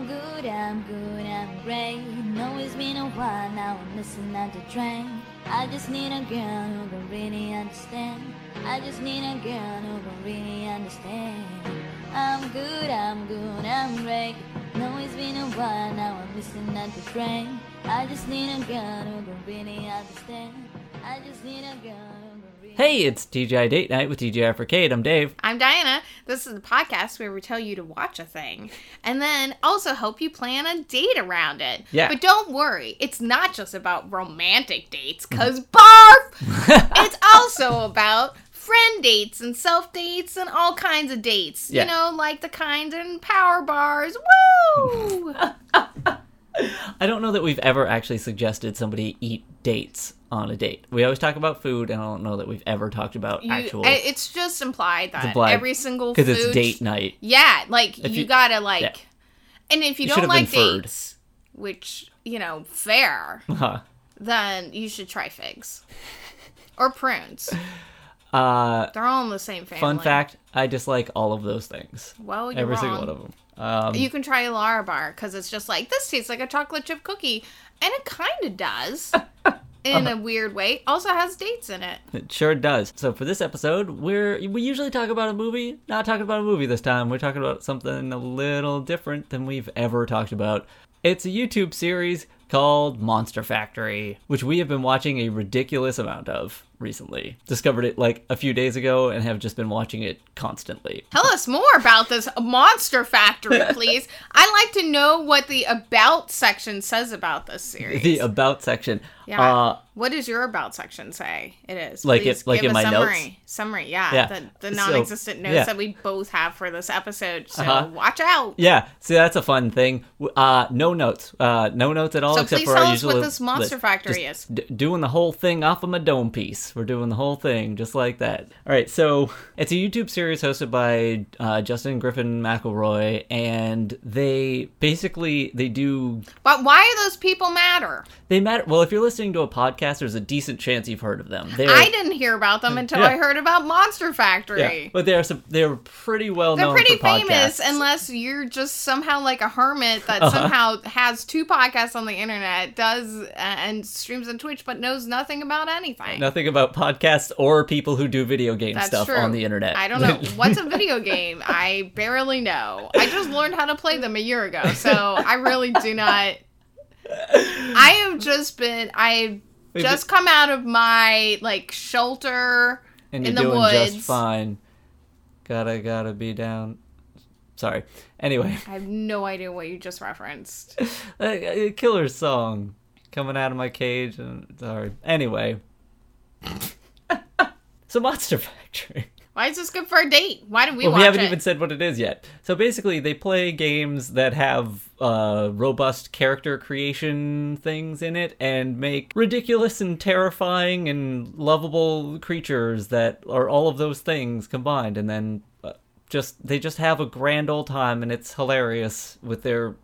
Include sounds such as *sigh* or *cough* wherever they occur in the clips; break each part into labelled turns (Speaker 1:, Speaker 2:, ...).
Speaker 1: I'm good, I'm great. No, it's been a while now, I'm missing out the train. I just need a girl who can really understand. I just need a girl who can really understand. I'm good, I'm good, I'm great. No, it's been a while now, I'm missing out the train. I just need a girl who can really understand. I just need a girl who can really
Speaker 2: Hey, it's TGI Date Night with TGI Arcade. I'm Dave. *laughs*
Speaker 3: I'm Diana. This is the podcast where we tell you to watch a thing and then also help you plan a date around it.
Speaker 2: Yeah.
Speaker 3: But don't worry, it's not just about romantic dates, because
Speaker 2: Mm-hmm. *laughs*
Speaker 3: barf! it's also about friend dates and self dates and all kinds of dates.
Speaker 2: Yeah.
Speaker 3: You know, like the kinds in power bars. Woo!
Speaker 2: I don't know that we've ever actually suggested somebody eat dates on a date. We always talk about food, and I don't know that we've ever talked about *laughs*
Speaker 3: You-
Speaker 2: actual
Speaker 3: it- it's just implied that
Speaker 2: implied,
Speaker 3: every single
Speaker 2: because it's
Speaker 3: food-
Speaker 2: date night. *laughs*
Speaker 3: Yeah, like you,
Speaker 2: you-
Speaker 3: gotta like,
Speaker 2: yeah.
Speaker 3: and if you,
Speaker 2: You should
Speaker 3: don't
Speaker 2: have been
Speaker 3: like
Speaker 2: furred.
Speaker 3: dates, which you know fair,
Speaker 2: Huh.
Speaker 3: then you should try
Speaker 2: *laughs*
Speaker 3: figs or prunes.
Speaker 2: Uh,
Speaker 3: They're all in the same family.
Speaker 2: fun fact: I dislike all of those things.
Speaker 3: Well, you're
Speaker 2: Every
Speaker 3: wrong.
Speaker 2: single one of them. Um,
Speaker 3: You can try a Larabar because it's just like this tastes like a chocolate chip cookie, and it kind
Speaker 2: *laughs*
Speaker 3: of does in a weird way. Also has dates in it.
Speaker 2: It sure does. So for this episode, we're we usually talk about a movie. Not talking about a movie this time. We're talking about something a little different than we've ever talked about. It's a YouTube series called Monster Factory, which we have been watching a ridiculous amount of recently. Discovered it like a few days ago and have just been watching it constantly.
Speaker 3: Tell us more about this monster factory,
Speaker 2: *laughs*
Speaker 3: please. I'd like to know what the about section says about this series.
Speaker 2: The about section.
Speaker 3: Yeah.
Speaker 2: Uh,
Speaker 3: what does your about section say? It is
Speaker 2: Like
Speaker 3: Please
Speaker 2: it- like
Speaker 3: give
Speaker 2: in
Speaker 3: a
Speaker 2: my
Speaker 3: summary.
Speaker 2: notes?
Speaker 3: Summary, yeah.
Speaker 2: Yeah.
Speaker 3: The,
Speaker 2: So,
Speaker 3: the non-existent notes
Speaker 2: yeah.
Speaker 3: that we both have for this episode. So
Speaker 2: Uh-huh.
Speaker 3: watch out.
Speaker 2: yeah, see that's a fun thing. W- Uh, no notes, uh, no notes at all.
Speaker 3: So
Speaker 2: except
Speaker 3: please
Speaker 2: for
Speaker 3: tell
Speaker 2: our
Speaker 3: us what
Speaker 2: usual
Speaker 3: this Monster
Speaker 2: list.
Speaker 3: Factory
Speaker 2: Just
Speaker 3: is.
Speaker 2: d- doing the whole thing off of my dome piece. We're doing the whole thing just like that. All right, so *laughs* it's a YouTube series hosted by uh, Justin Griffin McElroy, and they basically they do
Speaker 3: But why do those people matter?
Speaker 2: they matter. Well, if you're listening to a podcast, there's a decent chance you've heard of them. They're,
Speaker 3: I didn't hear about them until
Speaker 2: Yeah.
Speaker 3: I heard about Monster Factory.
Speaker 2: yeah, but they're some- they're pretty well
Speaker 3: They're
Speaker 2: known.
Speaker 3: pretty
Speaker 2: for podcasts.
Speaker 3: famous unless you're just somehow like a hermit that
Speaker 2: Uh-huh.
Speaker 3: somehow has two podcasts on the internet, does uh, and streams on Twitch but knows nothing about anything.
Speaker 2: Nothing about podcasts or people who do video game
Speaker 3: That's
Speaker 2: stuff
Speaker 3: true.
Speaker 2: on the internet. *laughs*
Speaker 3: I don't know what's a video game. I barely know. I just learned how to play them a year ago, so I really do not. I have just been. I
Speaker 2: We've
Speaker 3: just come out of my like shelter
Speaker 2: and you're
Speaker 3: in the
Speaker 2: doing
Speaker 3: woods.
Speaker 2: just fine. Gotta gotta be down. Sorry. Anyway, *laughs*
Speaker 3: I have no idea what you just referenced.
Speaker 2: a, a killer song coming out of my cage. And sorry. Anyway, *laughs* so Monster Factory.
Speaker 3: Why is this good for a date? Why did we
Speaker 2: Well,
Speaker 3: watch
Speaker 2: we haven't
Speaker 3: it?
Speaker 2: even said what it is yet. So basically, they play games that have uh, robust character creation things in it and make ridiculous and terrifying and lovable creatures that are all of those things combined. And then uh, just they just have a grand old time, and it's hilarious with their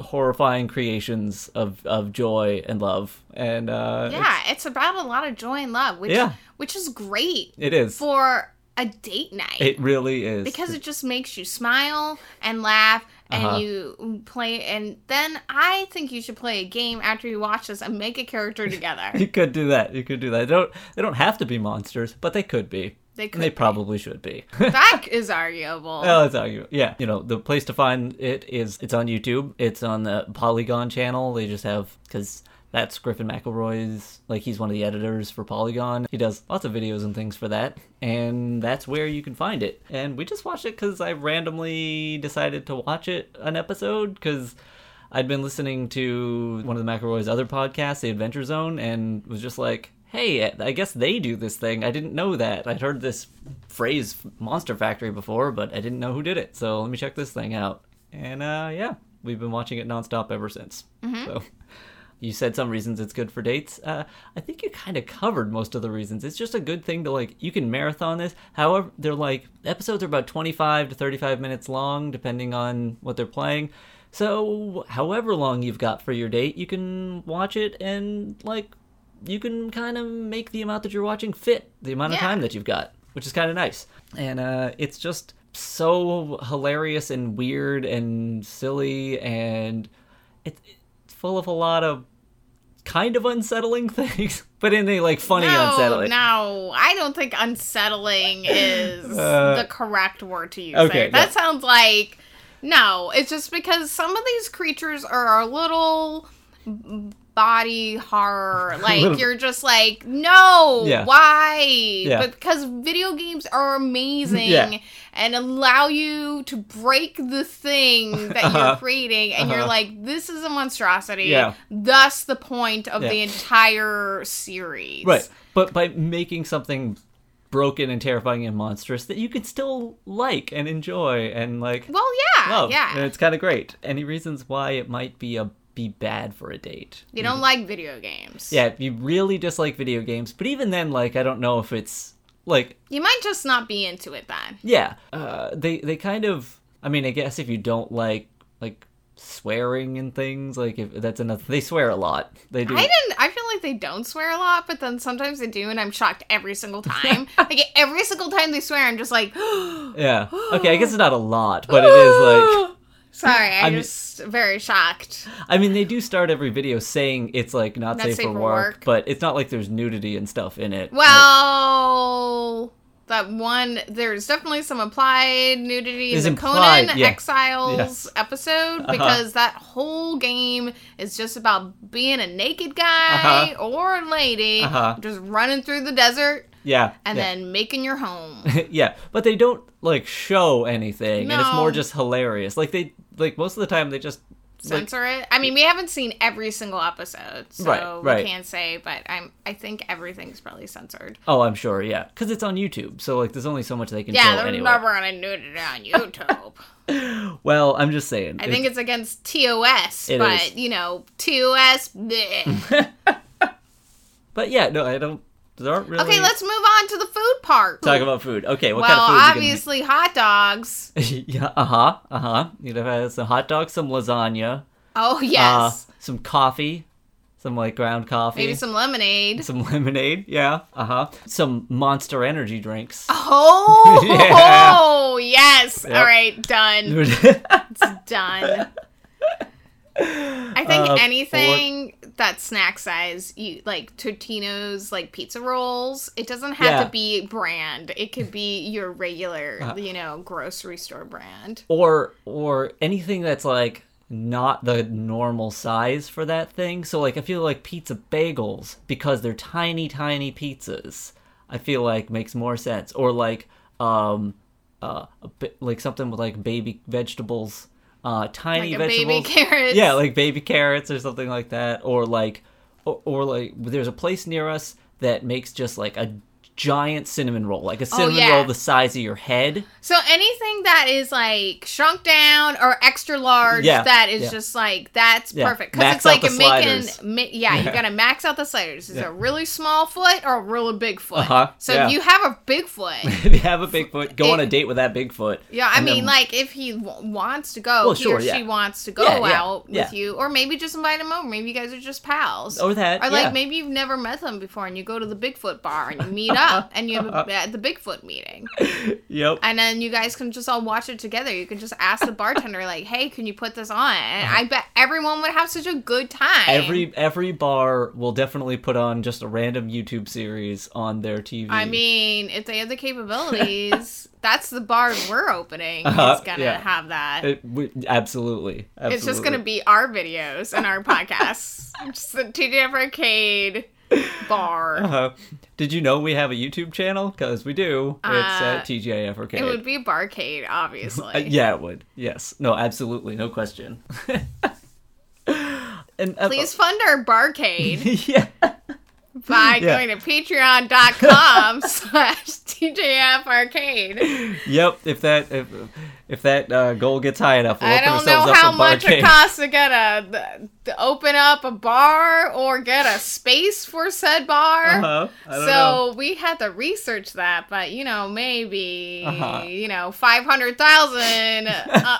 Speaker 2: horrifying creations of, of joy and love. And uh,
Speaker 3: yeah, it's about a lot of joy and love, which
Speaker 2: Yeah.
Speaker 3: which is great
Speaker 2: it is.
Speaker 3: for a date night.
Speaker 2: It really is.
Speaker 3: because it just makes you smile and laugh and
Speaker 2: Uh-huh.
Speaker 3: you play and then i think you should play a game after you watch this and make a character together
Speaker 2: *laughs* You could do that. You could do that. They don't they don't have to be monsters, but they could be.
Speaker 3: They
Speaker 2: And
Speaker 3: could
Speaker 2: they
Speaker 3: be.
Speaker 2: probably should be. *laughs*
Speaker 3: that is arguable
Speaker 2: well, it's argu- yeah. You know, the place to find it is it's on YouTube. It's on the Polygon channel. They just have because that's Griffin McElroy's. Like he's one of the editors for Polygon. He does lots of videos and things for that, and that's where you can find it. And we just watched it because I randomly decided to watch it an episode because. I'd been listening to one of the McElroy's other podcasts, The Adventure Zone, and was just like, hey, I guess they do this thing. I didn't know that. I'd heard this phrase, Monster Factory, before, but I didn't know who did it. So let me check this thing out. And uh, yeah, we've been watching it nonstop ever since. So. You said some reasons it's good for dates. Uh, I think you kind of covered most of the reasons. It's just a good thing to like. You can marathon this. However, they're like episodes are about twenty-five to thirty-five minutes long, depending on what they're playing. So, however long you've got for your date, you can watch it and like you can kind of make the amount that you're watching fit the amount of
Speaker 3: Yeah.
Speaker 2: time that you've got, which is kind of nice. And uh, it's just so hilarious and weird and silly and it, it's full of a lot of kind of unsettling *laughs* things, but in a like funny
Speaker 3: no,
Speaker 2: unsettling.
Speaker 3: no, I don't think unsettling is
Speaker 2: *laughs* Uh,
Speaker 3: the correct word to use.
Speaker 2: okay,
Speaker 3: there. that
Speaker 2: no.
Speaker 3: sounds like no. It's just because some of these creatures are a little
Speaker 2: *laughs*
Speaker 3: body horror. Like
Speaker 2: little-
Speaker 3: you're just like, no,
Speaker 2: Yeah.
Speaker 3: why? But because video games are amazing
Speaker 2: Yeah.
Speaker 3: and allow you to break
Speaker 2: *laughs*
Speaker 3: the thing that
Speaker 2: Uh-huh.
Speaker 3: you're creating, and you're
Speaker 2: Uh-huh.
Speaker 3: like, this is a monstrosity.
Speaker 2: Yeah.
Speaker 3: Thus, the point of
Speaker 2: Yeah.
Speaker 3: the entire series.
Speaker 2: Right. But by making something broken and terrifying and monstrous that you could still like and enjoy and like
Speaker 3: Well, yeah,
Speaker 2: love.
Speaker 3: yeah.
Speaker 2: And it's kind of great. Any reasons why it might be a be bad for a date?
Speaker 3: you don't like video games.
Speaker 2: Yeah, if you really dislike video games, but even then like I don't know if it's like
Speaker 3: You might just not be into it then.
Speaker 2: yeah, uh, they they kind of. I mean, I guess if you don't like like swearing and things, like if that's another. They swear a lot. They do.
Speaker 3: I didn't. I feel like they don't swear a lot, but then sometimes they do, and I'm shocked
Speaker 2: *laughs*
Speaker 3: every single time. like every single time they swear, I'm just like, *gasps*
Speaker 2: Yeah. Okay, I guess it's not a lot, but it is like.
Speaker 3: *gasps* Sorry, I'm,
Speaker 2: I'm-
Speaker 3: just very shocked.
Speaker 2: I mean, they do start every video saying it's like not, safe, for, work,
Speaker 3: work.
Speaker 2: but it's not like there's nudity and stuff in it. Like,
Speaker 3: Well, that one, there's definitely some implied nudity in
Speaker 2: There's
Speaker 3: the
Speaker 2: implied,
Speaker 3: Conan
Speaker 2: yeah. Uh-huh.
Speaker 3: Exiles episode because that whole game is just about being a naked guy or a lady
Speaker 2: Uh-huh.
Speaker 3: just running through the desert
Speaker 2: yeah.
Speaker 3: and
Speaker 2: yeah.
Speaker 3: then making your home.
Speaker 2: yeah, but they don't like show anything, and it's more
Speaker 3: No.
Speaker 2: just hilarious. Like they like most of the time they just *laughs* like,
Speaker 3: Censor it. I mean, we haven't seen every single episode, so
Speaker 2: Right, right.
Speaker 3: we can't say. But I'm, I think everything's probably censored.
Speaker 2: Oh, I'm sure, yeah, because it's on YouTube, so like there's only so much they can
Speaker 3: Yeah,
Speaker 2: show
Speaker 3: they're
Speaker 2: anyway.
Speaker 3: never gonna nudity
Speaker 2: *laughs*
Speaker 3: on YouTube.
Speaker 2: Well, I'm just saying.
Speaker 3: I think it's against TOS,
Speaker 2: It
Speaker 3: but
Speaker 2: is.
Speaker 3: you know, TOS. bleh.
Speaker 2: *laughs* But yeah, no, I don't. There aren't really. *laughs*
Speaker 3: okay, let's move on to the food part.
Speaker 2: talk about food. Okay, what
Speaker 3: well,
Speaker 2: kind of food?
Speaker 3: obviously, hot dogs.
Speaker 2: Are you gonna... *laughs* yeah, uh huh, uh huh. You'd have had some hot dogs, some lasagna,
Speaker 3: Oh
Speaker 2: uh,
Speaker 3: yes,
Speaker 2: some coffee, some like ground coffee,
Speaker 3: maybe some lemonade. *laughs*
Speaker 2: some *laughs* lemonade. Yeah, uh huh. Some Monster Energy drinks.
Speaker 3: Oh,
Speaker 2: *laughs* Yeah.
Speaker 3: yes. All right,
Speaker 2: *laughs*
Speaker 3: done. Oh. *laughs* It's done. I think
Speaker 2: Uh,
Speaker 3: anything that's snack size, you like Totino's, like pizza rolls. It doesn't have
Speaker 2: Yeah. Uh,
Speaker 3: to be brand. It could be your regular, you know, grocery store brand.
Speaker 2: or or anything that's like not the normal size for that thing. So like I feel like pizza bagels because they're tiny tiny pizzas. I feel like makes more sense or like um uh a bit, like something with like baby vegetables uh tiny
Speaker 3: Like a baby
Speaker 2: vegetables.
Speaker 3: carrots.
Speaker 2: Yeah, like baby carrots or something like that, or like, or, or like, there's a place near us that makes just like a giant cinnamon roll, like a cinnamon
Speaker 3: Oh, yeah.
Speaker 2: roll the size of your head.
Speaker 3: So anything that is like shrunk down or extra large,
Speaker 2: Yeah,
Speaker 3: that is
Speaker 2: yeah.
Speaker 3: just like that's
Speaker 2: Yeah,
Speaker 3: perfect because
Speaker 2: max
Speaker 3: it's like
Speaker 2: out the
Speaker 3: making,
Speaker 2: sliders.
Speaker 3: ma- yeah, you
Speaker 2: Yeah.
Speaker 3: gotta max out the sliders. Is it
Speaker 2: Yeah.
Speaker 3: a really small foot or a really big foot?
Speaker 2: Uh-huh,
Speaker 3: So
Speaker 2: yeah.
Speaker 3: if you have a
Speaker 2: *laughs*
Speaker 3: big foot,
Speaker 2: if you have a Bigfoot, go on a
Speaker 3: It-
Speaker 2: date with that Bigfoot.
Speaker 3: yeah, I
Speaker 2: And
Speaker 3: mean,
Speaker 2: then-
Speaker 3: like if he w- wants to go,
Speaker 2: Well,
Speaker 3: he
Speaker 2: sure,
Speaker 3: or
Speaker 2: yeah.
Speaker 3: she wants to go
Speaker 2: Yeah, yeah,
Speaker 3: out
Speaker 2: yeah.
Speaker 3: with you, or maybe just invite him over. Maybe you guys are just pals.
Speaker 2: or that,
Speaker 3: Or like
Speaker 2: yeah.
Speaker 3: maybe you've never met them before, and you go to the Bigfoot bar and you meet
Speaker 2: *laughs*
Speaker 3: up, and you have a, at the Bigfoot meeting.
Speaker 2: yep.
Speaker 3: and then you guys can just all watch it together. You can just ask the bartender, like, "Hey, can you put this on?" And I bet everyone would have such a good time.
Speaker 2: Uh-huh. Every every bar will definitely put on just a random YouTube series on their TV.
Speaker 3: I mean, if they have
Speaker 2: *laughs*
Speaker 3: the capabilities, that's the bar we're opening.
Speaker 2: Uh-huh,
Speaker 3: It's gonna
Speaker 2: yeah.
Speaker 3: have that.
Speaker 2: It would- absolutely, absolutely.
Speaker 3: It's just gonna be our videos and
Speaker 2: *laughs*
Speaker 3: our podcasts. just the TJ Arcade bar.
Speaker 2: Uh, did you know we have a YouTube channel? Because we do. it's
Speaker 3: Uh,
Speaker 2: at TJF Arcade.
Speaker 3: It
Speaker 2: *laughs*
Speaker 3: would be a barcade, obviously.
Speaker 2: Uh, yeah, it would. Yes. No, absolutely. No question. *laughs* and uh,
Speaker 3: Please fund our barcade.
Speaker 2: *laughs* yeah.
Speaker 3: by
Speaker 2: Yeah.
Speaker 3: going to patreon.com slash TJF Arcade.
Speaker 2: *laughs* Yep. If that if if that uh, goal gets high enough, we'll
Speaker 3: I
Speaker 2: open
Speaker 3: don't
Speaker 2: ourselves
Speaker 3: know
Speaker 2: up
Speaker 3: how
Speaker 2: a
Speaker 3: much it
Speaker 2: barcade.
Speaker 3: costs to get a th- to open up a bar or get a space for said bar.
Speaker 2: Uh-huh. I
Speaker 3: So
Speaker 2: don't know.
Speaker 3: we had to research that, but you know, maybe
Speaker 2: Uh-huh.
Speaker 3: you know, five hundred thousand.
Speaker 2: *laughs*
Speaker 3: Uh,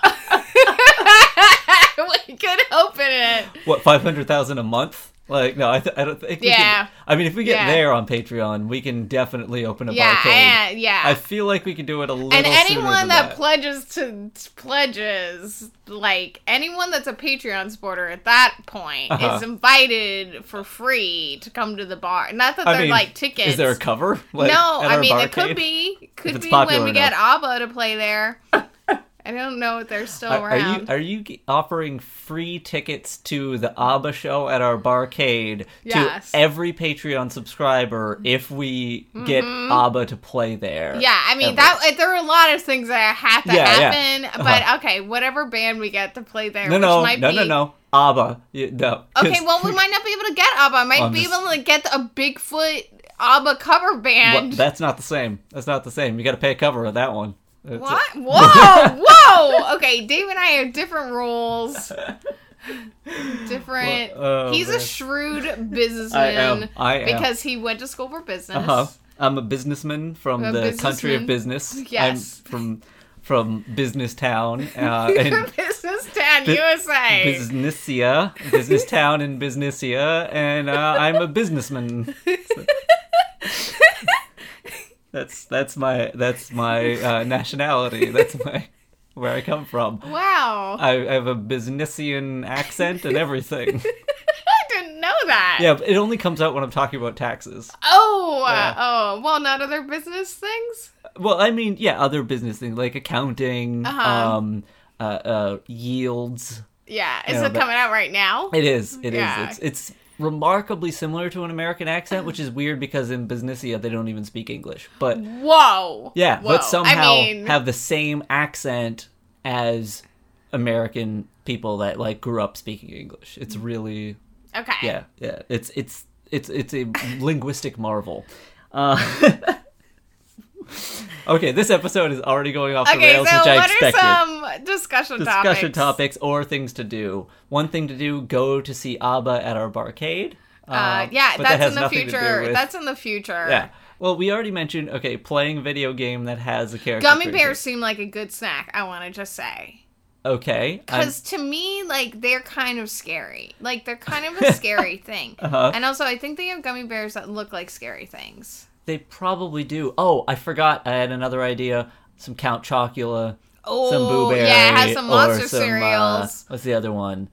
Speaker 3: *laughs* we could open it.
Speaker 2: What five hundred thousand a month? Like no, I, th- I don't think. we can-
Speaker 3: Yeah.
Speaker 2: I mean, if we get
Speaker 3: Yeah.
Speaker 2: there on Patreon, we can definitely open a
Speaker 3: yeah,
Speaker 2: barcade.
Speaker 3: and, yeah.
Speaker 2: I feel like we can do it a little.
Speaker 3: and
Speaker 2: sooner
Speaker 3: anyone
Speaker 2: than
Speaker 3: that, pledges to pledges like anyone that's a patreon supporter at that point
Speaker 2: Uh-huh.
Speaker 3: is invited for free to come to the bar not that
Speaker 2: I
Speaker 3: they're
Speaker 2: mean,
Speaker 3: like tickets
Speaker 2: is there a cover? *laughs* Like,
Speaker 3: no
Speaker 2: at
Speaker 3: i
Speaker 2: our
Speaker 3: mean it
Speaker 2: barcade?
Speaker 3: could be could
Speaker 2: it's
Speaker 3: be when
Speaker 2: popular
Speaker 3: we get abba to
Speaker 2: *laughs*
Speaker 3: play there i don't know if they're still
Speaker 2: Are, are you
Speaker 3: around
Speaker 2: are you g- offering free tickets to the ABBA show at our barcade
Speaker 3: Yes.
Speaker 2: to every Patreon subscriber if we get ABBA to play there?
Speaker 3: Mm-hmm. yeah, I mean
Speaker 2: ever?
Speaker 3: that like, there are a lot of things that have to
Speaker 2: Yeah, yeah.
Speaker 3: happen,
Speaker 2: Uh-huh.
Speaker 3: but okay, whatever band we get to play there,
Speaker 2: No,
Speaker 3: which
Speaker 2: no,
Speaker 3: might
Speaker 2: no,
Speaker 3: be
Speaker 2: no, no, ABBA. Yeah, no. 'cause-
Speaker 3: Okay, well,
Speaker 2: *laughs*
Speaker 3: we might not be able to get ABBA. I might
Speaker 2: I'm
Speaker 3: be
Speaker 2: just-
Speaker 3: able to get a Bigfoot ABBA cover
Speaker 2: Wha-
Speaker 3: band.
Speaker 2: that's not the same. That's not the same. You got to pay a cover of that one. It's-
Speaker 3: What? Whoa!
Speaker 2: *laughs*
Speaker 3: Whoa! Okay, Dave and I have different rules. Different.
Speaker 2: Well, oh,
Speaker 3: He's
Speaker 2: man.
Speaker 3: a shrewd
Speaker 2: *laughs* I am.
Speaker 3: businessman
Speaker 2: I am.
Speaker 3: because he went to school for business. *laughs*
Speaker 2: Uh-huh. I'm a businessman from
Speaker 3: A
Speaker 2: the country of business.
Speaker 3: Yes.
Speaker 2: I'm from from business town
Speaker 3: *laughs*
Speaker 2: uh,
Speaker 3: You're
Speaker 2: and
Speaker 3: a business town
Speaker 2: Bu-
Speaker 3: USA.
Speaker 2: businessia, business town in businessia, and uh, I'm a
Speaker 3: *laughs*
Speaker 2: businessman. That's that's my that's my uh, nationality. That's my where I come from.
Speaker 3: Wow. I,
Speaker 2: I, I have a businessian accent and
Speaker 3: *laughs*
Speaker 2: everything.
Speaker 3: didn't know that.
Speaker 2: Yeah, but it only comes out when I'm talking about taxes.
Speaker 3: Oh, uh,
Speaker 2: Yeah.
Speaker 3: oh, well, not other business things?
Speaker 2: Well, I mean, yeah, other business things like accounting,
Speaker 3: Uh-huh.
Speaker 2: um, uh, uh, yields.
Speaker 3: Yeah. Is
Speaker 2: No,
Speaker 3: it
Speaker 2: but-
Speaker 3: coming out right now?
Speaker 2: It is. it is.
Speaker 3: Yeah.
Speaker 2: It's it's remarkably similar to an American accent, which is weird because in Businessia they don't even speak English. But
Speaker 3: Whoa.
Speaker 2: yeah,
Speaker 3: Whoa.
Speaker 2: but somehow
Speaker 3: I mean,
Speaker 2: have the same accent as American people that like grew up speaking English.
Speaker 3: Mm.
Speaker 2: It's really
Speaker 3: okay.
Speaker 2: yeah, yeah. It's it's it's it's a linguistic marvel. Uh, *laughs* okay, this episode is already going off the
Speaker 3: Okay, so
Speaker 2: rails, which I
Speaker 3: what
Speaker 2: expected.
Speaker 3: are some discussion,
Speaker 2: Discussion topics.
Speaker 3: topics?
Speaker 2: or things to do. One thing to do: go to see Abba at our barcade. Um,
Speaker 3: Uh, yeah,
Speaker 2: but
Speaker 3: that's
Speaker 2: that has
Speaker 3: in the
Speaker 2: nothing to do
Speaker 3: future.
Speaker 2: with-
Speaker 3: That's in the future.
Speaker 2: yeah. Well, we already mentioned okay, playing video game that has a character.
Speaker 3: Gummy
Speaker 2: creature.
Speaker 3: bears seem like a good snack, I want to just say.
Speaker 2: Okay, I'm-
Speaker 3: Because to me, like, they're kind of scary. Like, they're kind of
Speaker 2: *laughs*
Speaker 3: a scary thing.
Speaker 2: Uh-huh.
Speaker 3: And also, I think they have gummy bears that look like scary things.
Speaker 2: they probably do. Oh, I forgot. I had another idea. Some Count Chocula.
Speaker 3: Oh,
Speaker 2: some Boo Berry,
Speaker 3: yeah, it has some
Speaker 2: or
Speaker 3: monster
Speaker 2: some, uh,
Speaker 3: cereals.
Speaker 2: what's the other one?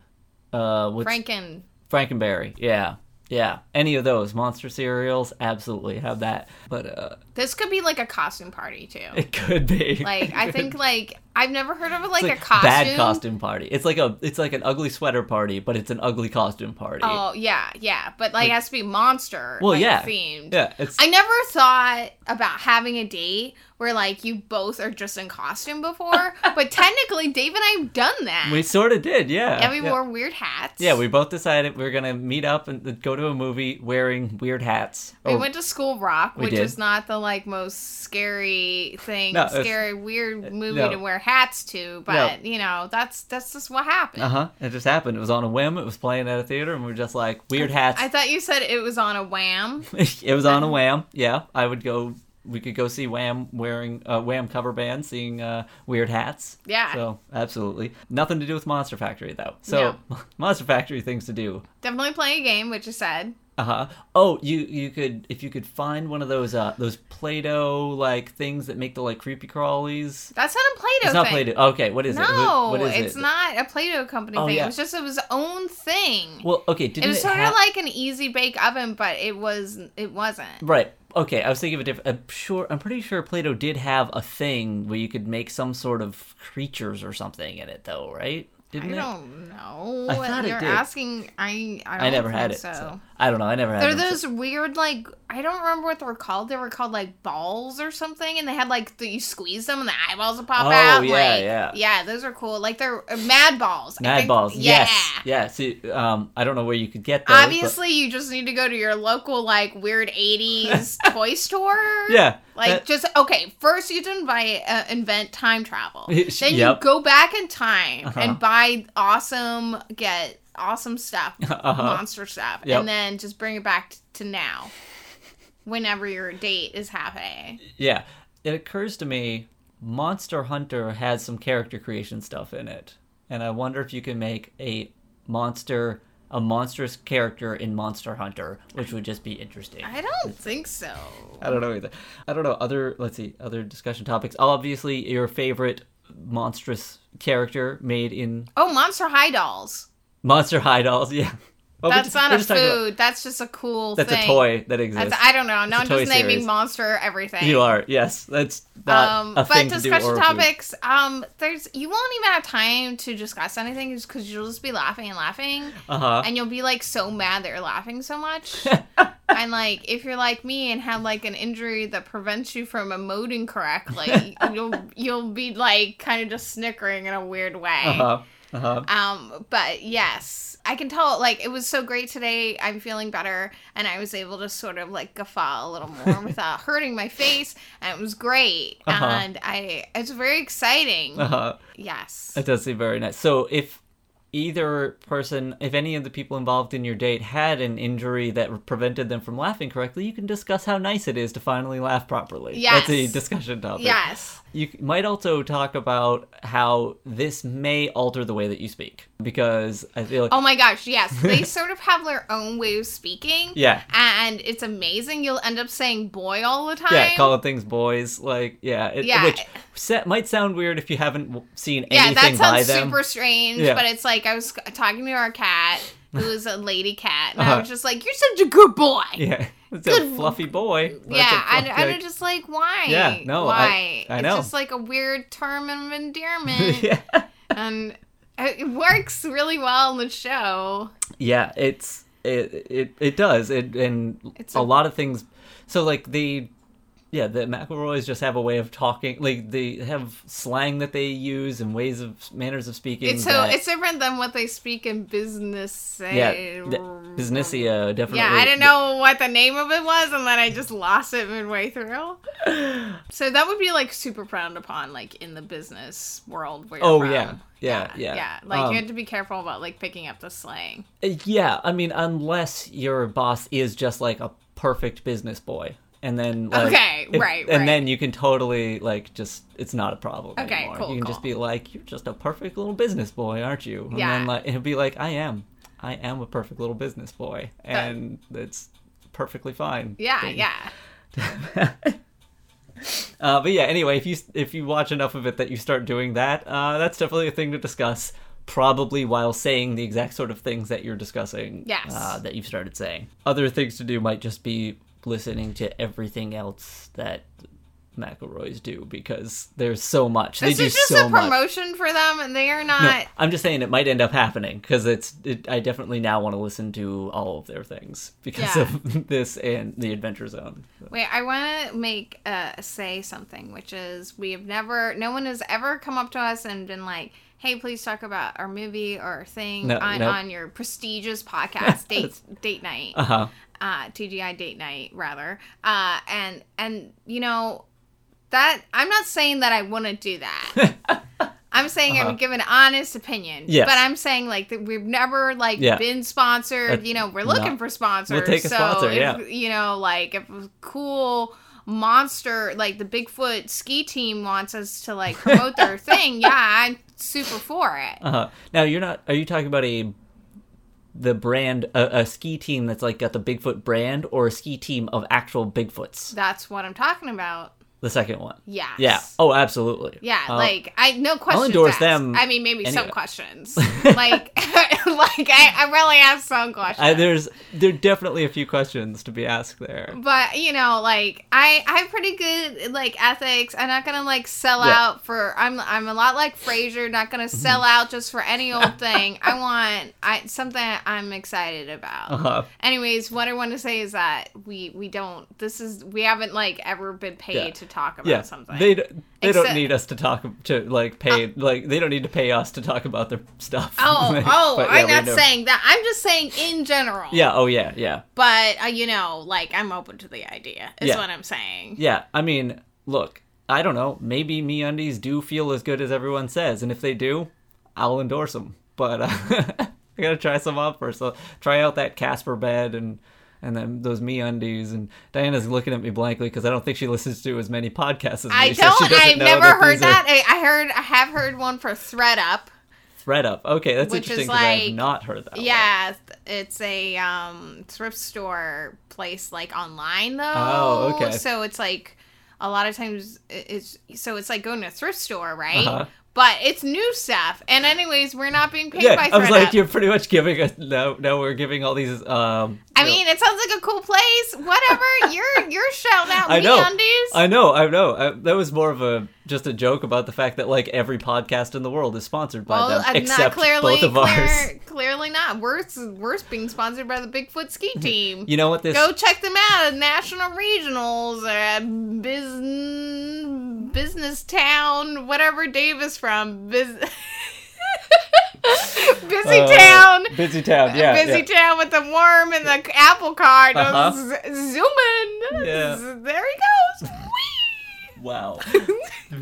Speaker 2: Uh, what's,
Speaker 3: Franken.
Speaker 2: Frankenberry. Yeah, yeah. Any of those monster cereals, absolutely have that. But uh, *laughs*
Speaker 3: This could be like a costume party, too.
Speaker 2: it could be
Speaker 3: Like,
Speaker 2: *laughs*
Speaker 3: I think, like, I've never heard of, like,
Speaker 2: It's
Speaker 3: a costume.
Speaker 2: bad costume party. It's like a it's like an ugly sweater party, but it's an ugly costume party.
Speaker 3: Oh, yeah, yeah. But, like, it has to be monster
Speaker 2: well,
Speaker 3: like,
Speaker 2: yeah,
Speaker 3: themed.
Speaker 2: yeah. It's
Speaker 3: I never thought about having a date where like you both are just in costume before,
Speaker 2: *laughs*
Speaker 3: but technically Dave and I've done that.
Speaker 2: we sort of did, yeah.
Speaker 3: yeah, we
Speaker 2: yeah.
Speaker 3: wore weird hats.
Speaker 2: Yeah, we both decided we were gonna meet up and go to a movie wearing weird hats.
Speaker 3: we
Speaker 2: Or-
Speaker 3: went to School Rock,
Speaker 2: oh. We
Speaker 3: which
Speaker 2: did.
Speaker 3: is not the like most scary thing,
Speaker 2: No, it's- uh,
Speaker 3: scary weird movie
Speaker 2: no.
Speaker 3: to wear hats to, but you know that's that's just what happened.
Speaker 2: uh huh. It just happened. It was on a whim. It was playing at a theater, and we were just like weird hats.
Speaker 3: I thought you said it was on a wham.
Speaker 2: *laughs* it was on a Wham. Yeah, I would go. We could go see Wham wearing uh, Wham cover band, seeing uh, weird hats.
Speaker 3: Yeah.
Speaker 2: So absolutely nothing to do with Monster Factory though. So *laughs* Monster Factory things to do.
Speaker 3: Definitely play a game, which you said.
Speaker 2: Uh huh. Oh, you you could if you could find one of those uh those Play-Doh like things that make the like creepy crawlies.
Speaker 3: That's not a Play-Doh
Speaker 2: It's not
Speaker 3: thing.
Speaker 2: Play-Doh. Okay, what is it?
Speaker 3: No,
Speaker 2: Wh- what is
Speaker 3: it's
Speaker 2: it?
Speaker 3: not a Play-Doh company
Speaker 2: Oh,
Speaker 3: thing.
Speaker 2: yeah.
Speaker 3: It was just it was its own thing.
Speaker 2: Well, okay. Didn't
Speaker 3: it was sort
Speaker 2: ha-
Speaker 3: of like an easy bake oven, but it was it wasn't.
Speaker 2: Right. Okay, I was thinking of a different. I'm sure. I'm pretty sure Plato did have a thing where you could make some sort of creatures or something in it, though, right?
Speaker 3: I
Speaker 2: Didn't it?
Speaker 3: don't know.
Speaker 2: I thought it
Speaker 3: You're
Speaker 2: did.
Speaker 3: asking. I I, don't
Speaker 2: I never had it.
Speaker 3: think So.
Speaker 2: so I don't know. I never had.
Speaker 3: They're
Speaker 2: them, so-
Speaker 3: those weird, like I don't remember what they were called. They were called like balls or something, and they had like the, you squeeze them and the eyeballs would pop
Speaker 2: Oh,
Speaker 3: out.
Speaker 2: yeah,
Speaker 3: like,
Speaker 2: yeah.
Speaker 3: yeah, those are cool. Like they're uh, mad balls. I
Speaker 2: Mad
Speaker 3: think-
Speaker 2: balls.
Speaker 3: Yeah.
Speaker 2: Yes. Yeah. See, um, I don't know where you could get those. but-
Speaker 3: Obviously, you just need to go to your local like
Speaker 2: *laughs*
Speaker 3: weird '80s toy store.
Speaker 2: yeah.
Speaker 3: Like
Speaker 2: that-
Speaker 3: just okay. First, you didn't buy uh, invent
Speaker 2: *laughs*
Speaker 3: time travel.
Speaker 2: Sh-
Speaker 3: then
Speaker 2: yep.
Speaker 3: you go back in time
Speaker 2: Uh-huh.
Speaker 3: and buy awesome, get awesome stuff,
Speaker 2: *laughs* Uh-huh.
Speaker 3: monster stuff,
Speaker 2: Yep.
Speaker 3: and then just bring it back t- to now. Whenever your date is happening,
Speaker 2: yeah. It occurs to me, Monster Hunter has some character creation stuff in it, and I wonder if you can make a monster a monstrous character in Monster Hunter, which would just be interesting.
Speaker 3: I don't think so.
Speaker 2: I don't know either. I don't know other. Let's see other discussion topics. Obviously, your favorite monstrous character made in
Speaker 3: Oh, Monster High Dolls.
Speaker 2: Monster High dolls. *laughs* Yeah, Well, we're
Speaker 3: That's
Speaker 2: Oh, just-
Speaker 3: not
Speaker 2: we're
Speaker 3: a
Speaker 2: just talking about-
Speaker 3: food. That's just a cool
Speaker 2: that's
Speaker 3: thing.
Speaker 2: a toy that exists.
Speaker 3: That's, I don't know. No,
Speaker 2: a
Speaker 3: I'm
Speaker 2: toy
Speaker 3: just naming
Speaker 2: series.
Speaker 3: monster everything.
Speaker 2: you are yes. That's not
Speaker 3: um,
Speaker 2: a
Speaker 3: but
Speaker 2: thing to do
Speaker 3: discussion
Speaker 2: or a food.
Speaker 3: topics. Um, there's you won't even have time to discuss anything because you'll just be laughing and laughing,
Speaker 2: Uh-huh.
Speaker 3: and you'll be like so mad that you're laughing
Speaker 2: *laughs*
Speaker 3: so much. and like if you're like me and have like an injury that prevents you from
Speaker 2: *laughs*
Speaker 3: emoting correctly, you'll you'll be like kind of just snickering in a weird way.
Speaker 2: Uh-huh. Uh-huh.
Speaker 3: Um, but yes, I can tell. Like it was so great today. I'm feeling better, and I was able to sort of like guffaw a little
Speaker 2: *laughs*
Speaker 3: more without hurting my face, and it was great.
Speaker 2: Uh-huh.
Speaker 3: And I, it's very exciting.
Speaker 2: Uh-huh.
Speaker 3: Yes.
Speaker 2: It does seem very nice. So if either person, if any of the people involved in your date had an injury that prevented them from laughing correctly, you can discuss how nice it is to finally laugh properly. That's a
Speaker 3: Yes.
Speaker 2: discussion topic.
Speaker 3: Yes.
Speaker 2: You c- might also talk about how this may alter the way that you speak because I feel like
Speaker 3: Oh my gosh. Yes. They *laughs* sort of have their own way of speaking.
Speaker 2: Yeah.
Speaker 3: And it's amazing. You'll end up saying boy all the time.
Speaker 2: yeah, calling things boys like yeah, it,
Speaker 3: Yeah.
Speaker 2: which sa- might sound weird if you haven't w- seen
Speaker 3: Yeah,
Speaker 2: anything
Speaker 3: that
Speaker 2: by
Speaker 3: sounds
Speaker 2: them.
Speaker 3: super strange,
Speaker 2: Yeah.
Speaker 3: but it's like I was talking to our cat, who is a lady cat, and I
Speaker 2: Uh-huh.
Speaker 3: was just like, "You're such a good boy."
Speaker 2: *laughs* yeah, it's
Speaker 3: Good-
Speaker 2: a fluffy boy. That's a
Speaker 3: yeah, I,
Speaker 2: fluffy-
Speaker 3: I was just like, why?
Speaker 2: Yeah, no,
Speaker 3: why?
Speaker 2: I- I
Speaker 3: It's
Speaker 2: know.
Speaker 3: just like a weird term of
Speaker 2: *laughs*
Speaker 3: endearment,
Speaker 2: yeah.
Speaker 3: and it works really well in the show.
Speaker 2: Yeah, it's it it, it does. It and
Speaker 3: It's
Speaker 2: a,
Speaker 3: a-
Speaker 2: lot of things. So like the yeah, the McElroys just have a way of talking. Like they have slang that they use and ways of manners of speaking.
Speaker 3: It's so
Speaker 2: that-
Speaker 3: it's different than what they speak in business. Say,
Speaker 2: yeah, th- businessia definitely.
Speaker 3: Yeah, I didn't know what the name of it was, and then I just lost it midway
Speaker 2: *laughs*
Speaker 3: through. So that would be like super frowned upon, like in the business world. Where you're
Speaker 2: Oh
Speaker 3: from.
Speaker 2: yeah, yeah, yeah,
Speaker 3: yeah. Like
Speaker 2: Um, eh,
Speaker 3: you had to be careful about like picking up the slang.
Speaker 2: yeah. I mean, unless your boss is just like a perfect business boy, and then like,
Speaker 3: Okay, right,
Speaker 2: and
Speaker 3: right.
Speaker 2: then you can totally like just it's not a problem.
Speaker 3: Okay,
Speaker 2: anymore.
Speaker 3: cool,
Speaker 2: You can
Speaker 3: cool.
Speaker 2: just be like, you're just a perfect little business boy, aren't you? And
Speaker 3: Yeah.
Speaker 2: then like it'll be like, I am, I am a perfect little business boy, and it's perfectly fine.
Speaker 3: Yeah,
Speaker 2: Thing.
Speaker 3: yeah.
Speaker 2: *laughs* Uh, but yeah, anyway, if you if you watch enough of it that you start doing that, uh, that's definitely a thing to discuss. Probably while saying the exact sort of things that you're discussing,
Speaker 3: Yes.
Speaker 2: uh, that you've started saying. Other things to do might just be listening to everything else that McElroys do because there's so much.
Speaker 3: This
Speaker 2: they do
Speaker 3: is just
Speaker 2: so
Speaker 3: a
Speaker 2: much.
Speaker 3: promotion for them, and they are
Speaker 2: No,
Speaker 3: not.
Speaker 2: I'm just saying it might end up happening because it's. It, I definitely now want to listen to all of their things because
Speaker 3: Yeah.
Speaker 2: of *laughs* this and the Adventure Zone.
Speaker 3: Wait, I want to make uh, say something, which is we have never, no one has ever come up to us and been like, "Hey, please talk about our movie or thing
Speaker 2: No,
Speaker 3: on,
Speaker 2: nope.
Speaker 3: on your
Speaker 2: *laughs*
Speaker 3: prestigious podcast date date night,
Speaker 2: Uh huh.
Speaker 3: uh, TGI date night rather." Uh, and and you know that I'm not saying that I want to do that.
Speaker 2: *laughs*
Speaker 3: I'm saying I would give an honest opinion,
Speaker 2: Uh-huh. Yes.
Speaker 3: but I'm saying like that we've never like
Speaker 2: Yeah.
Speaker 3: been sponsored.
Speaker 2: That-
Speaker 3: you know, we're looking
Speaker 2: no.
Speaker 3: for sponsors.
Speaker 2: We'll take a
Speaker 3: so
Speaker 2: sponsor,
Speaker 3: if,
Speaker 2: yeah.
Speaker 3: you know, like if a cool monster like the Bigfoot ski team wants us to like
Speaker 2: *laughs*
Speaker 3: promote their thing, yeah, I'm super for it.
Speaker 2: Uh-huh. Now you're not. Are you talking about a the brand a, a ski team that's like got the Bigfoot brand, or a ski team of actual Bigfoots?
Speaker 3: That's what I'm talking about.
Speaker 2: The second one.
Speaker 3: Yes.
Speaker 2: Yeah. Oh, absolutely.
Speaker 3: Yeah,
Speaker 2: Uh,
Speaker 3: like I no questions.
Speaker 2: endorse
Speaker 3: asked.
Speaker 2: them
Speaker 3: I mean, maybe some
Speaker 2: anyway. *laughs*
Speaker 3: questions. like, *laughs* like I, I really have some questions.
Speaker 2: I, there's there are definitely a few questions to be asked there.
Speaker 3: but you know like i i have pretty good like ethics i'm not gonna like sell
Speaker 2: Yeah. Mm-hmm.
Speaker 3: out for i'm i'm a lot like frasier not gonna sell out just for
Speaker 2: *laughs*
Speaker 3: any old thing i want i something i'm excited about
Speaker 2: Uh-huh.
Speaker 3: anyways what i want to say is that we we don't this is we haven't like ever been paid
Speaker 2: Yeah.
Speaker 3: to talk about
Speaker 2: Yeah,
Speaker 3: something
Speaker 2: they d- they
Speaker 3: Except-
Speaker 2: don't need us to talk to like pay like they don't need to pay us to talk about their stuff.
Speaker 3: Oh,
Speaker 2: Like,
Speaker 3: oh!
Speaker 2: *laughs* but yeah,
Speaker 3: I'm
Speaker 2: we
Speaker 3: not
Speaker 2: know-
Speaker 3: saying that. I'm just saying in general.
Speaker 2: Yeah. Oh, yeah. Yeah.
Speaker 3: But uh, you know, like I'm open to the idea. Is
Speaker 2: Yeah.
Speaker 3: what I'm saying.
Speaker 2: Yeah, I mean, look, I don't know. Maybe me undies do feel as good as everyone says, and if they do, I'll endorse them. But *laughs* uh, I gotta try some out first. So try out that Casper bed and and then those me undies. And Diana's looking at me blankly because I don't think she *laughs* listens to as many podcasts as
Speaker 3: I
Speaker 2: me.
Speaker 3: don't.
Speaker 2: So *laughs* she doesn't
Speaker 3: I've
Speaker 2: know
Speaker 3: never heard
Speaker 2: these are Oh,
Speaker 3: that. I, I heard. I have heard one for Thread Up.
Speaker 2: Thread up. Okay, that's
Speaker 3: Which is
Speaker 2: interesting because I
Speaker 3: like-
Speaker 2: have not heard that. one.
Speaker 3: Yeah, th- it's a um, thrift store place like online though.
Speaker 2: Oh, okay.
Speaker 3: So it's like a lot of times it- it's so it's like going to a thrift store, right?
Speaker 2: Uh-huh.
Speaker 3: But it's new stuff. And anyways, we're not being paid
Speaker 2: yeah,
Speaker 3: by
Speaker 2: I was
Speaker 3: ThredUp.
Speaker 2: like, you're pretty much giving us. No, no, we're giving all these. Um,
Speaker 3: I
Speaker 2: you know-
Speaker 3: mean, it sounds like a cool place.
Speaker 2: *laughs*
Speaker 3: Whatever. you're you're shouting out
Speaker 2: I
Speaker 3: me
Speaker 2: know.
Speaker 3: undies.
Speaker 2: I know, I know. I, that was more of a just a joke about the fact that like every podcast in the world is sponsored by them,
Speaker 3: I'm
Speaker 2: except both of ours. *laughs*
Speaker 3: *laughs* Clearly not. We're we're being sponsored by the
Speaker 2: *laughs*
Speaker 3: Bigfoot Ski Team.
Speaker 2: You know what this? uh,
Speaker 3: Go check them out at national regionals or at business business town, whatever Dave is from. Bus- *laughs* busy
Speaker 2: Uh,
Speaker 3: town.
Speaker 2: busy town. Yeah,
Speaker 3: busy
Speaker 2: yeah.
Speaker 3: town with the worm and the
Speaker 2: *laughs*
Speaker 3: apple cart.
Speaker 2: Uh-huh.
Speaker 3: Z- zoom in.
Speaker 2: Yeah.
Speaker 3: Z- there he goes. Whee!
Speaker 2: *laughs* Wow. Oh my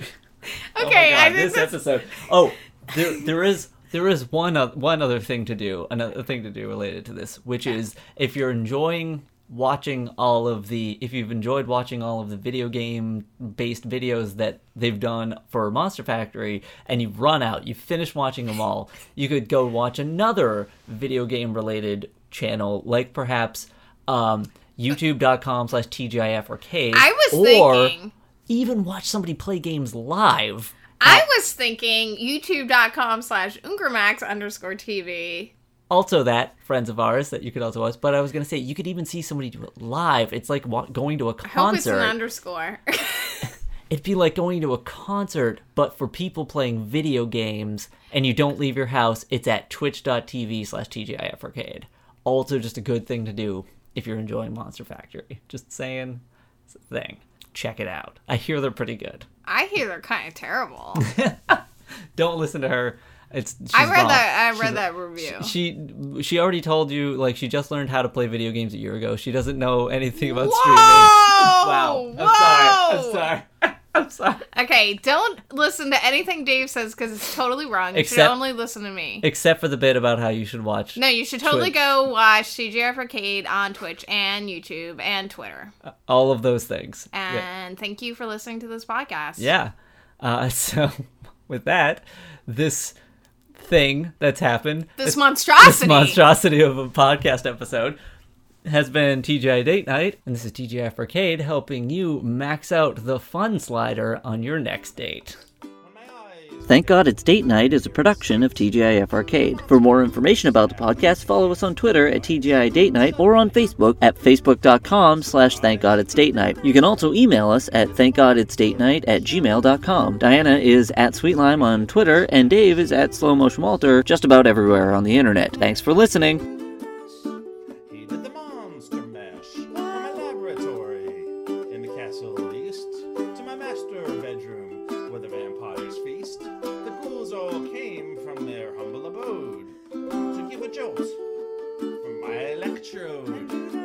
Speaker 3: Okay,
Speaker 2: God,
Speaker 3: I think
Speaker 2: this
Speaker 3: that's
Speaker 2: episode. *laughs* Oh, there, there is there is one oth- one other thing to do, another thing to do related to this, which is if you're enjoying watching all of the if you've enjoyed watching all of the video game based videos that they've done for Monster Factory and you've run out, you've finished watching them all, you could go watch another video game related channel, like perhaps um youtube.com slash TGIF or K
Speaker 3: I was
Speaker 2: or
Speaker 3: thinking.
Speaker 2: even watch somebody play games live.
Speaker 3: I was thinking youtube.com slash Ungermax underscore TV.
Speaker 2: also that friends of ours that you could also watch. But I was gonna say you could even see somebody do it live. It's like wa- going to a
Speaker 3: I hope it's an
Speaker 2: concert.
Speaker 3: underscore. *laughs*
Speaker 2: It'd be like going to a concert, but for people playing video games, and you don't leave your house. It's at Twitch.tv/slash TGIF Arcade. Also, just a good thing to do if you're enjoying Monster Factory. Just saying, it's a thing. Check it out. I hear they're pretty good.
Speaker 3: I hear they're kind
Speaker 2: *laughs*
Speaker 3: of terrible.
Speaker 2: Don't listen to her. It's she's
Speaker 3: I read
Speaker 2: wrong.
Speaker 3: that. I
Speaker 2: She's
Speaker 3: read
Speaker 2: a-
Speaker 3: that review.
Speaker 2: she she already told you like she just learned how to play video games a year ago. She doesn't know anything about
Speaker 3: Whoa!
Speaker 2: streaming. Wow. I'm
Speaker 3: Whoa!
Speaker 2: sorry. I'm sorry. *laughs* I'm sorry.
Speaker 3: Okay, don't listen to anything Dave says because it's totally wrong. You should
Speaker 2: Except-
Speaker 3: only listen to me.
Speaker 2: Except for the bit about how you should watch.
Speaker 3: no, you should totally
Speaker 2: Twitch.
Speaker 3: go watch CGF Arcade on Twitch and YouTube and Twitter.
Speaker 2: all of those things. yeah.
Speaker 3: And thank you for listening to this podcast.
Speaker 2: Yeah. Uh, *laughs* so with that, this thing that's happened,
Speaker 3: This monstrosity.
Speaker 2: this *laughs* monstrosity of a podcast episode has been TGI Date Night, and this is TGI Arcade helping you max out the fun slider on your next date. Thank God It's Date Night is a production of TGIF Arcade. For more information about the podcast, follow us on Twitter at TGI Date Night or on Facebook at facebook.com slash thank God It's Date Night. You can also email us at thankgoditsdatenight at gmail.com. Diana is at Sweetlime on Twitter, and Dave is at Slow Motion Walter just about everywhere on the internet. Thanks for listening.
Speaker 4: He did the monster mash from my laboratory in the castle east to my master bedroom where the vampires feast. The ghouls all came from their humble abode to give a jolt from my electrode.